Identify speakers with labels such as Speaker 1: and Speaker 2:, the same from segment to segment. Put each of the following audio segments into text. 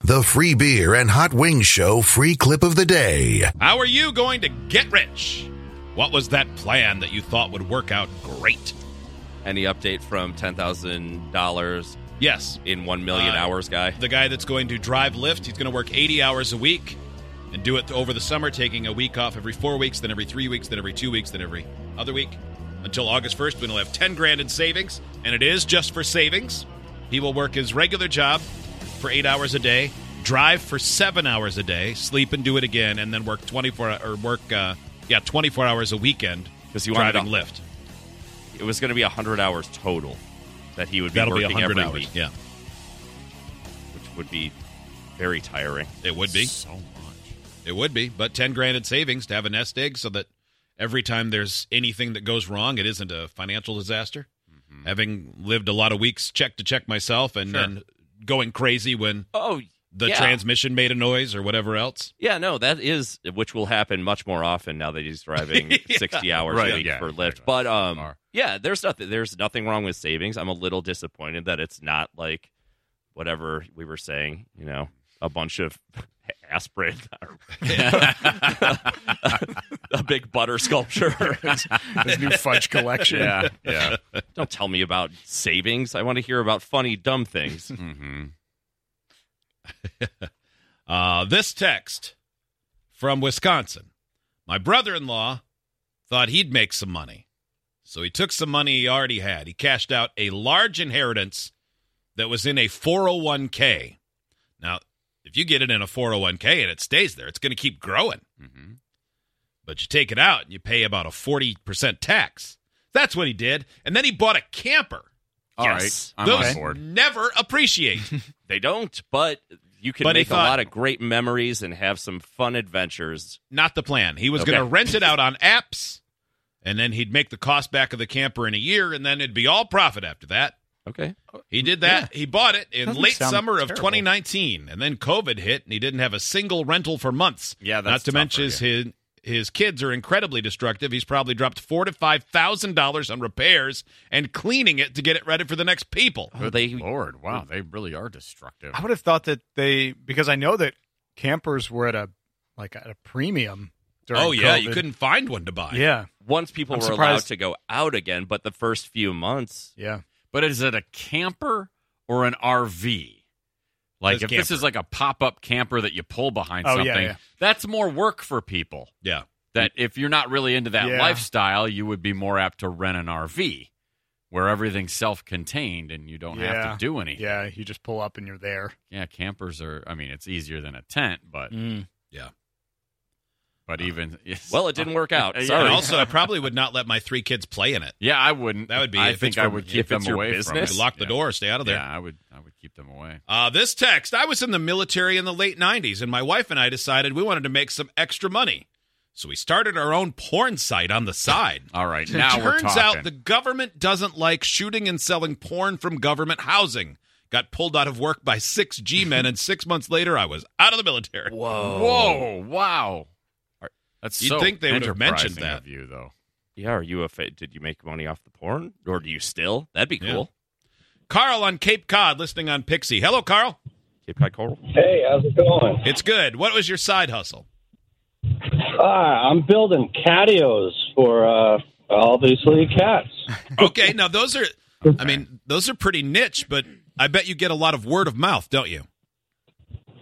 Speaker 1: The free beer and hot wings show free clip of the day.
Speaker 2: How are you going to get rich? What was that plan that you thought would work out great?
Speaker 3: Any update from ten thousand dollars
Speaker 2: Yes,
Speaker 3: in one million
Speaker 2: Uh,
Speaker 3: hours guy?
Speaker 2: the guy that's going to drive Lyft, he's going to work 80 hours a week and do it over the summer, taking a week off every four weeks, then every three weeks, then every two weeks, then every other week. Until August 1st, when he'll have 10 grand in savings, and it is just for savings. He will work his regular job for eight hours a day, drive for seven hours a day, sleep and do it again, and then work 24 or work, uh, yeah, 24 hours a weekend
Speaker 3: 'Cause he wanted
Speaker 2: driving
Speaker 3: to-
Speaker 2: Lyft.
Speaker 3: It was going to be hundred hours total that he would be
Speaker 2: That'll be
Speaker 3: working
Speaker 2: 100
Speaker 3: every
Speaker 2: hours.
Speaker 3: week,
Speaker 2: Yeah,
Speaker 3: which would be very tiring.
Speaker 2: it would be. So much. It would be, but 10 grand in savings to have a nest egg so that every time there's anything that goes wrong, it isn't a financial disaster. Having lived a lot of weeks check to check myself and
Speaker 3: Mm-hmm. Sure.
Speaker 2: then going crazy when
Speaker 3: Oh,
Speaker 2: the
Speaker 3: Yeah.
Speaker 2: transmission made a noise or whatever else.
Speaker 3: yeah, no, that is which will happen much more often now that he's driving sixty hours a
Speaker 4: Right,
Speaker 3: week
Speaker 4: yeah,
Speaker 3: for Lyft.
Speaker 4: exactly.
Speaker 3: But um,
Speaker 4: Far.
Speaker 3: yeah, there's nothing. There's nothing wrong with savings. I'm a little disappointed that it's not like whatever we were saying. You know, a bunch of aspirin, or a big butter sculpture.
Speaker 4: his new fudge collection. Yeah, yeah.
Speaker 3: Don't tell me about savings. I want to hear about funny, dumb things.
Speaker 4: Mm-hmm.
Speaker 2: Uh, this text from Wisconsin. My brother in law thought he'd make some money. So he took some money he already had. He cashed out a large inheritance that was in a 401k. Now, if you get it in a 401k and it stays there, it's going to keep growing.
Speaker 4: Mm-hmm.
Speaker 2: But you take it out and you pay about a 40% tax. That's what he did. And then he bought a camper.
Speaker 3: Yes.
Speaker 4: I'm
Speaker 2: Those
Speaker 4: on board.
Speaker 2: never appreciate.
Speaker 3: They don't, but you can
Speaker 2: But he
Speaker 3: make
Speaker 2: thought-
Speaker 3: a lot of great memories and have some fun adventures.
Speaker 2: not the plan. He was
Speaker 3: Okay.
Speaker 2: going to rent it out on apps, and then he'd make the cost back of the camper in a year, and then it'd be all profit after that.
Speaker 3: Okay.
Speaker 2: He did that. He bought it in
Speaker 4: Doesn't
Speaker 2: late
Speaker 4: sound
Speaker 2: summer of
Speaker 4: terrible.
Speaker 2: 2019, and then COVID hit, and he didn't have a single rental for months.
Speaker 4: Yeah, that's
Speaker 2: not to
Speaker 4: tougher,
Speaker 2: mention his, his kids are incredibly destructive. He's probably dropped four to five thousand dollars on repairs and cleaning it to get it ready for the next people.
Speaker 3: Well, they-
Speaker 2: Oh.
Speaker 4: Lord, wow, they really are destructive.
Speaker 5: I would have thought that they because I know that campers were at a like at a premium. During
Speaker 2: Oh yeah, you
Speaker 5: COVID.
Speaker 2: couldn't find one to buy.
Speaker 5: Yeah,
Speaker 3: Once people
Speaker 5: I'm
Speaker 3: were allowed
Speaker 5: surprised-
Speaker 3: to go out again, but the first few months,
Speaker 5: yeah.
Speaker 4: But is it a camper or an RV? Like
Speaker 2: It's
Speaker 4: if this
Speaker 2: camper.
Speaker 4: is like a pop-up camper that you pull behind
Speaker 5: Oh, yeah,
Speaker 4: something,
Speaker 5: yeah.
Speaker 4: that's more work for people.
Speaker 2: yeah.
Speaker 4: That if you're not really into that
Speaker 5: Yeah.
Speaker 4: lifestyle, you would be more apt to rent an RV where everything's self-contained and you don't have
Speaker 5: Yeah.
Speaker 4: to do anything.
Speaker 5: Yeah, you just pull up and you're there.
Speaker 4: Yeah, campers are. I mean, it's easier than a tent, but
Speaker 2: Yeah.
Speaker 4: but even
Speaker 3: well, it didn't work out.
Speaker 4: Yeah.
Speaker 3: Sorry.
Speaker 2: Uh, And also, I probably would not let my three kids play in it.
Speaker 4: Yeah, I wouldn't.
Speaker 2: That would be-
Speaker 4: I
Speaker 2: if
Speaker 4: think
Speaker 2: it's
Speaker 4: I
Speaker 2: from-
Speaker 4: would
Speaker 3: if
Speaker 4: keep them
Speaker 3: it's your
Speaker 4: away
Speaker 3: business.
Speaker 4: from it.
Speaker 2: Lock the
Speaker 4: Yeah.
Speaker 2: door, stay out of there.
Speaker 4: Yeah, I would. I would keep them away.
Speaker 2: Uh, this text I was in the military in the late 90s, and my wife and I decided we wanted to make some extra money. So we started our own porn site on the side.
Speaker 4: All right, now we're
Speaker 2: Turns
Speaker 4: talking.
Speaker 2: out the government doesn't like shooting and selling porn from government housing. Got pulled out of work by six G men, and six months later, I was out of the military.
Speaker 3: Whoa.
Speaker 4: Whoa! Wow. That's
Speaker 2: You'd
Speaker 4: so
Speaker 2: think they would have
Speaker 4: enterprising
Speaker 2: mentioned that.
Speaker 4: of you, though.
Speaker 3: Yeah, are you a fa- did you make money off the porn or do you still? That'd be
Speaker 2: Yeah.
Speaker 3: cool.
Speaker 2: Carl on Cape Cod, listening on Pixie. Hello, Carl.
Speaker 3: Cape Cod Coral.
Speaker 6: Hey, how's it going?
Speaker 2: It's good. What was your side hustle?
Speaker 6: Uh, I'm building catios for uh, obviously cats.
Speaker 4: Oh.
Speaker 2: Okay, now those are, I mean, those are pretty niche, but I bet you get a lot of word of mouth, don't you?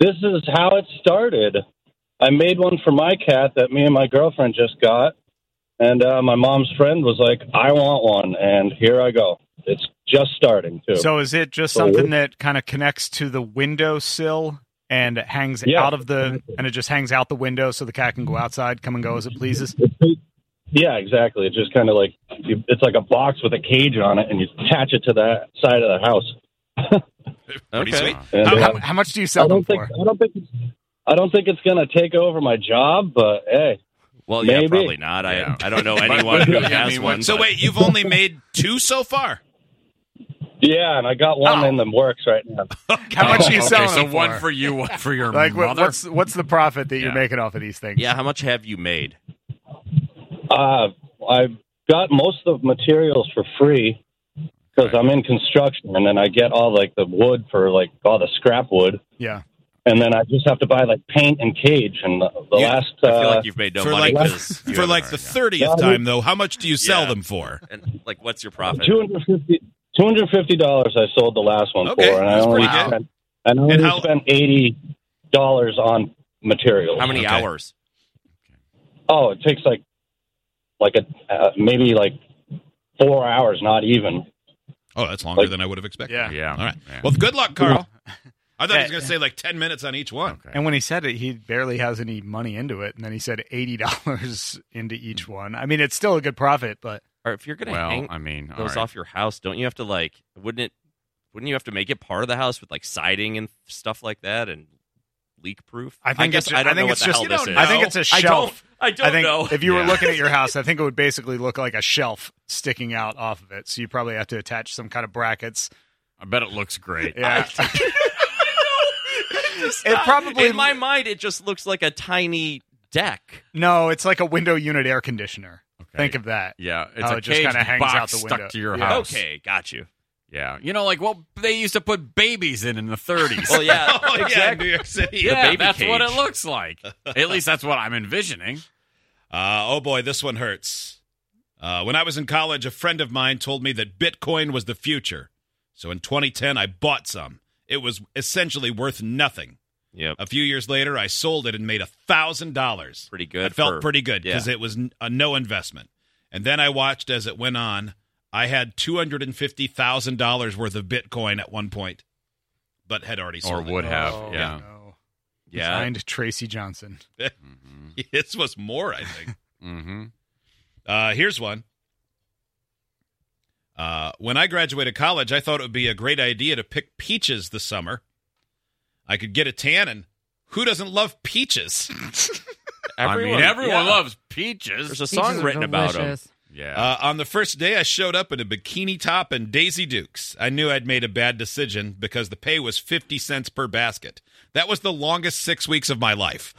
Speaker 6: This is how it started. I made one for my cat that me and my girlfriend just got, and uh, my mom's friend was like, "I want one," and here I go. It's just starting too.
Speaker 5: So is it just something that kind of connects to the windowsill and it hangs
Speaker 6: Yeah.
Speaker 5: out of the and it just hangs out the window so the cat can go outside, come and go as it pleases?
Speaker 6: yeah, exactly. It's just kind of like you- it's like a box with a cage on it, and you attach it to the side of the house.
Speaker 2: Pretty
Speaker 3: Okay.
Speaker 2: sweet.
Speaker 6: And,
Speaker 2: How-
Speaker 6: uh,
Speaker 5: How, how much do you sell
Speaker 6: I
Speaker 5: them
Speaker 6: don't think
Speaker 5: for?
Speaker 6: I don't think it's- I don't think it's gonna take over my job, but hey,
Speaker 3: Well, yeah,
Speaker 6: Maybe.
Speaker 3: probably not.
Speaker 4: Yeah.
Speaker 3: I I don't know anyone who
Speaker 4: I
Speaker 3: has
Speaker 4: mean,
Speaker 3: one.
Speaker 2: So
Speaker 3: but-
Speaker 2: wait, you've only made two so far.
Speaker 6: yeah, and I got one
Speaker 5: Oh.
Speaker 6: in the works right now.
Speaker 5: How much are
Speaker 4: Oh,
Speaker 5: you
Speaker 4: okay,
Speaker 5: selling
Speaker 4: So
Speaker 5: them for?
Speaker 4: one for you, one for your
Speaker 5: like what,
Speaker 4: mother.
Speaker 5: what's what's the profit that
Speaker 4: Yeah.
Speaker 5: you're making off of these things?
Speaker 3: Yeah, how much have you made?
Speaker 6: Uh, I got most of the materials for free because I'm in construction, and then I get all like the wood for like all the scrap wood.
Speaker 5: Yeah.
Speaker 6: and then I just have to buy like paint and cage. And the, the
Speaker 2: Yeah,
Speaker 6: last
Speaker 3: I feel
Speaker 6: uh,
Speaker 3: like you've made no
Speaker 2: for
Speaker 3: money
Speaker 2: like
Speaker 6: the-
Speaker 3: 'cause you
Speaker 2: for
Speaker 3: haven't
Speaker 2: like the
Speaker 3: earned,
Speaker 2: thirtieth
Speaker 6: Yeah.
Speaker 2: time though. How much do you sell
Speaker 3: Yeah.
Speaker 2: them for?
Speaker 3: yeah. And like, what's your profit?
Speaker 6: two hundred fifty two hundred fifty dollars. I sold the last one
Speaker 2: Okay,
Speaker 6: for, and I
Speaker 2: that's
Speaker 6: only
Speaker 2: pretty good.
Speaker 6: spent, and I only
Speaker 2: how-
Speaker 6: spent eighty dollars on materials.
Speaker 3: How many
Speaker 2: Okay.
Speaker 3: hours?
Speaker 6: Oh, it takes like like a uh, maybe like four hours, not even.
Speaker 2: Oh, that's longer
Speaker 6: Like-
Speaker 2: than I would have expected.
Speaker 5: Yeah.
Speaker 4: Yeah.
Speaker 2: All right.
Speaker 4: Yeah.
Speaker 2: Well, good luck, Carl. I thought he was
Speaker 5: Yeah.
Speaker 2: going to say like ten minutes on each one.
Speaker 4: Okay.
Speaker 5: And when he said it, he barely has any money into it, and then he said eighty dollars into each one. I mean, it's still a good profit, but
Speaker 3: Or if you're gonna
Speaker 4: well,
Speaker 3: hang
Speaker 4: I mean, all
Speaker 3: those
Speaker 4: right.
Speaker 3: off your house, don't you have to like? Wouldn't it? Wouldn't you have to make it part of the house with like siding and stuff like that and leak proof?
Speaker 5: I think
Speaker 3: guess
Speaker 5: it's ju-
Speaker 3: I don't
Speaker 5: I think
Speaker 3: know
Speaker 5: it's
Speaker 3: what
Speaker 5: just-
Speaker 3: the
Speaker 2: you
Speaker 3: hell this
Speaker 2: don't
Speaker 3: is.
Speaker 2: know.
Speaker 5: I think it's a
Speaker 3: I don't.
Speaker 5: shelf.
Speaker 3: I don't
Speaker 5: think
Speaker 3: know.
Speaker 5: if you were
Speaker 4: Yeah.
Speaker 5: looking at your house, I think it would basically look like a shelf sticking out off of it. So you probably have to attach some kind of brackets.
Speaker 4: I bet it looks great.
Speaker 5: Yeah,
Speaker 3: Just
Speaker 5: It
Speaker 3: not-
Speaker 5: probably-
Speaker 3: in my mind it just looks like a tiny deck.
Speaker 5: no, it's like a window unit air conditioner.
Speaker 4: Okay.
Speaker 5: Think of that.
Speaker 4: Yeah, it's
Speaker 5: How
Speaker 4: a
Speaker 5: it just
Speaker 4: cage
Speaker 5: kinda hangs
Speaker 4: box
Speaker 5: out the
Speaker 4: stuck
Speaker 5: window.
Speaker 4: to your
Speaker 5: Yeah.
Speaker 4: house.
Speaker 3: Okay, got you.
Speaker 4: Yeah, you know, like well, they used to put babies in in the 30s.
Speaker 3: Well, yeah,
Speaker 2: Oh yeah, in
Speaker 3: exactly.
Speaker 2: New York City.
Speaker 4: yeah,
Speaker 3: baby
Speaker 4: that's what
Speaker 3: cage.
Speaker 4: it looks like. At least that's what I'm envisioning.
Speaker 2: Uh, oh boy, this one hurts. Uh, when I was in college, a friend of mine told me that Bitcoin was the future. So in 2010, I bought some. It was essentially worth nothing.
Speaker 3: Yep,
Speaker 2: A few years later, I sold it and made a thousand dollars.
Speaker 3: pretty good.
Speaker 2: I felt
Speaker 3: for-
Speaker 2: pretty good because
Speaker 3: yeah.
Speaker 2: it was n- a no investment. And then I watched as it went on. I had two hundred and fifty thousand dollars worth of Bitcoin at one point, but had already
Speaker 4: Or
Speaker 2: sold.
Speaker 4: would have.
Speaker 5: Oh,
Speaker 4: yeah.
Speaker 5: no.
Speaker 3: Yeah,
Speaker 5: Signed Tracy Johnson.
Speaker 4: Mm-hmm.
Speaker 2: it. This was more, I think.
Speaker 4: Mm-hmm.
Speaker 2: Uh, here's one. Uh, when I graduated college, I thought it would be a great idea to pick peaches this summer. I could get a tan, and who doesn't love peaches?
Speaker 4: I mean, everyone
Speaker 3: yeah.
Speaker 4: loves
Speaker 3: There's
Speaker 4: peaches.
Speaker 3: a song written about him.
Speaker 4: yeah.
Speaker 2: Uh, on the first day, I showed up in a bikini top and Daisy Dukes. I knew I'd made a bad decision because the pay was 50 cents per basket. That was the longest six weeks of my life.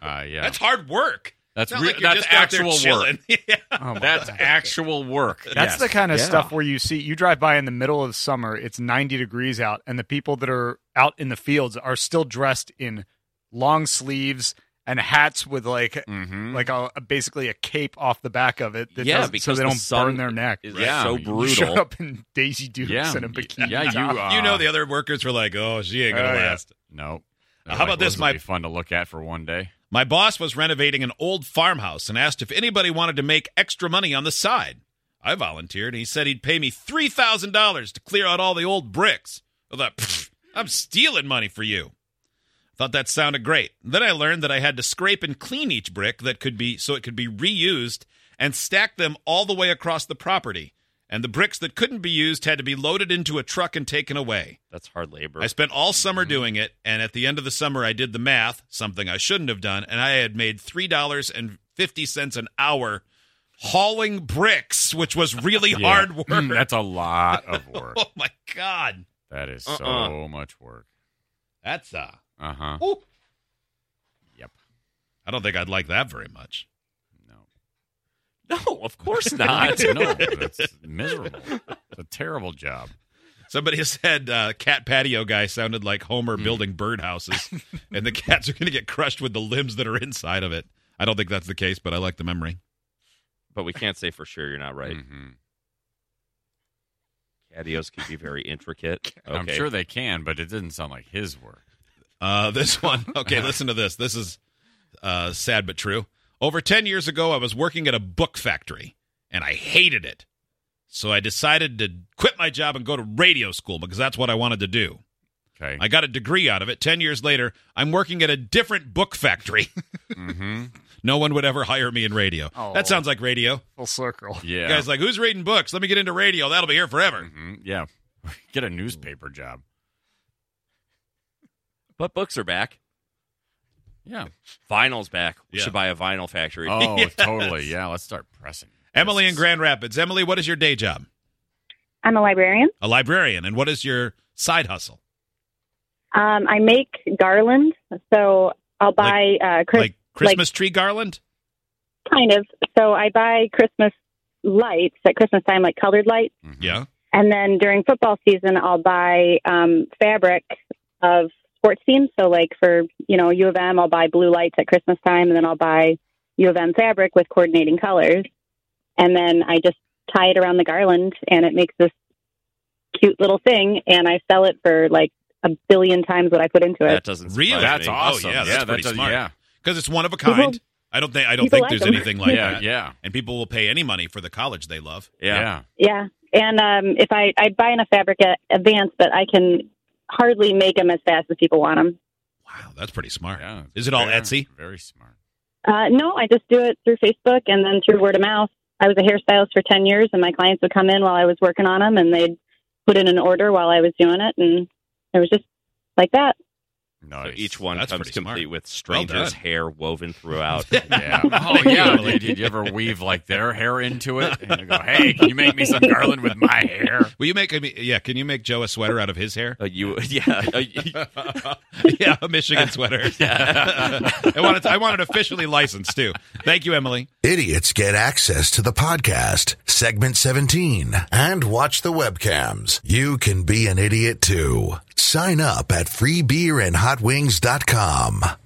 Speaker 4: Uh, yeah.
Speaker 2: That's hard work.
Speaker 4: That's
Speaker 2: It's not
Speaker 4: re-
Speaker 2: like you're
Speaker 4: that's
Speaker 2: just out there
Speaker 4: actual
Speaker 2: chilling.
Speaker 4: work.
Speaker 2: yeah.
Speaker 5: Oh my
Speaker 4: That's
Speaker 5: God.
Speaker 4: actual work.
Speaker 5: That's
Speaker 4: Yes.
Speaker 5: the kind of
Speaker 4: Yeah.
Speaker 5: stuff where you see you drive by in the middle of the summer, it's 90 degrees out, and the people that are out in the fields are still dressed in long sleeves and hats with like
Speaker 4: Mhm.
Speaker 5: like a, a- basically a cape off the back of it that
Speaker 3: Yeah,
Speaker 5: doesn't- so
Speaker 3: because
Speaker 5: they
Speaker 3: the
Speaker 5: don't
Speaker 3: sun
Speaker 5: burn their neck.
Speaker 3: It's
Speaker 4: Yeah.
Speaker 3: so
Speaker 4: You
Speaker 5: You showed
Speaker 3: brutal.
Speaker 5: up in Daisy Dukes
Speaker 4: Yeah.
Speaker 5: and a bikini
Speaker 4: Yeah, you.
Speaker 5: top.
Speaker 4: Uh,
Speaker 2: you know, the other workers were like, oh, she ain't going
Speaker 5: Oh,
Speaker 2: to
Speaker 5: yeah.
Speaker 2: last.
Speaker 4: No.
Speaker 2: How about this,
Speaker 4: Might
Speaker 2: my-
Speaker 4: be fun to look at for one day.
Speaker 2: My boss was renovating an old farmhouse and asked if anybody wanted to make extra money on the side. I volunteered, and he said he'd pay me $3,000 to clear out all the old bricks. I thought, "Pfft, I'm stealing money for you. Thought that sounded great. Then I learned that I had to scrape and clean each brick that could be so it could be reused and stack them all the way across the property. And the bricks that couldn't be used had to be loaded into a truck and taken away.
Speaker 3: That's hard labor.
Speaker 2: I spent all
Speaker 4: Mm-hmm.
Speaker 2: summer doing it, and at the end of the summer, I did the math, something I shouldn't have done, and I had made three dollars and fifty cents an hour hauling bricks, which was really
Speaker 4: Yeah. Mm,
Speaker 2: hard work.
Speaker 4: That's a lot of work.
Speaker 2: oh my god,
Speaker 4: That is
Speaker 3: Uh-uh.
Speaker 4: so much work.
Speaker 2: that's uh,
Speaker 4: Uh huh.
Speaker 2: Ooh.
Speaker 4: Yep.
Speaker 2: I don't think I'd like that very much.
Speaker 4: No.
Speaker 3: no, of course not.
Speaker 4: no, that's miserable. It's a terrible job.
Speaker 2: Somebody said uh, cat patio guy sounded like
Speaker 4: Mm.
Speaker 2: Homer building birdhouses, and the cats are going to get crushed with the limbs that are inside of it. I don't think that's the case, but I like the memory.
Speaker 3: but we can't say for sure you're not right.
Speaker 4: Mhm.
Speaker 3: Catios can be very intricate. Okay.
Speaker 4: Hmm. I'm sure they can, but it didn't sound like his work.
Speaker 2: Uh, this one. Okay, listen to this. This is uh, sad but true. Over 10 years ago, I was working at a book factory and I hated it. So I decided to quit my job and go to radio school because that's what I wanted to do.
Speaker 4: Okay.
Speaker 2: I got a degree out of it. 10 years later, I'm working at a different book factory.
Speaker 4: mm-hmm.
Speaker 2: no one would ever hire me in radio.
Speaker 5: Oh.
Speaker 2: That sounds like radio.
Speaker 5: Full circle.
Speaker 4: Yeah.
Speaker 2: The guy's like, who's reading books? Let me get into radio. That'll be here forever.
Speaker 4: Mhm. Yeah. Get a newspaper job.
Speaker 3: But books are back.
Speaker 4: Yeah.
Speaker 3: Vinyl's back. We
Speaker 2: Yeah.
Speaker 3: should buy a vinyl factory.
Speaker 4: Oh,
Speaker 2: Yes.
Speaker 4: totally. Yeah. Let's start pressing.
Speaker 2: Emily in
Speaker 4: Yes.
Speaker 2: Grand Rapids. Emily, what is your day job?
Speaker 7: I'm a librarian.
Speaker 2: A librarian. And what is your side hustle?
Speaker 7: Um, I make garland, so I'll buy uh, Chris-
Speaker 2: like Christmas tree garland?
Speaker 7: kind of. So I buy Christmas lights at Christmas time, like colored lights,
Speaker 4: Mhm.
Speaker 2: Yeah.
Speaker 7: and then during football season, I'll buy um, fabric of sports teams. So like for you know U of M, I'll buy blue lights at Christmas time, and then I'll buy U of M fabric with coordinating colors, and then I just tie it around the garland, and it makes this cute little thing, and I sell it for like a billion times what I put into it.
Speaker 3: That doesn't
Speaker 2: Really?
Speaker 3: surprise
Speaker 4: That's
Speaker 3: me.
Speaker 4: awesome.
Speaker 2: Oh, yeah, that's
Speaker 4: yeah,
Speaker 2: pretty
Speaker 4: does-
Speaker 2: smart.
Speaker 4: Yeah,
Speaker 2: because it's one of a kind. I don't think I don't
Speaker 7: people
Speaker 2: think
Speaker 7: like
Speaker 2: there's
Speaker 7: them.
Speaker 2: anything like
Speaker 4: yeah,
Speaker 2: that.
Speaker 4: yeah,
Speaker 2: And people will pay any money for the college they love.
Speaker 3: Yeah.
Speaker 4: yeah.
Speaker 7: Yeah, and um, if I I buy enough fabric at advance, but I can hardly make them as fast as people want them.
Speaker 2: Wow, that's pretty smart.
Speaker 4: yeah.
Speaker 2: Is it all
Speaker 4: Very-
Speaker 2: Etsy?
Speaker 4: Very smart.
Speaker 7: Uh, no, I just do it through Facebook and then through word of mouth. I was a hairstylist for ten years, and my clients would come in while I was working on them, and they'd put in an order while I was doing it, and it was just like that.
Speaker 4: Nice.
Speaker 3: So each one
Speaker 2: That's
Speaker 3: comes
Speaker 2: pretty smart.
Speaker 3: complete with strangers'
Speaker 2: done.
Speaker 3: hair woven throughout.
Speaker 4: Yeah. Oh yeah. Did, did you ever weave like their hair into it? And you go, hey, can you make me some garland with my hair?
Speaker 2: Will you make a, yeah? Can you make Joe a sweater out of his hair?
Speaker 3: Uh, you, yeah, uh, you-
Speaker 2: yeah, a Michigan sweater. I want it. I want it officially licensed too. Thank you, Emily.
Speaker 1: Idiots get access to the podcast, segment 17, and watch the webcams. You can be an idiot too. Sign up at freebeerandhotwings.com.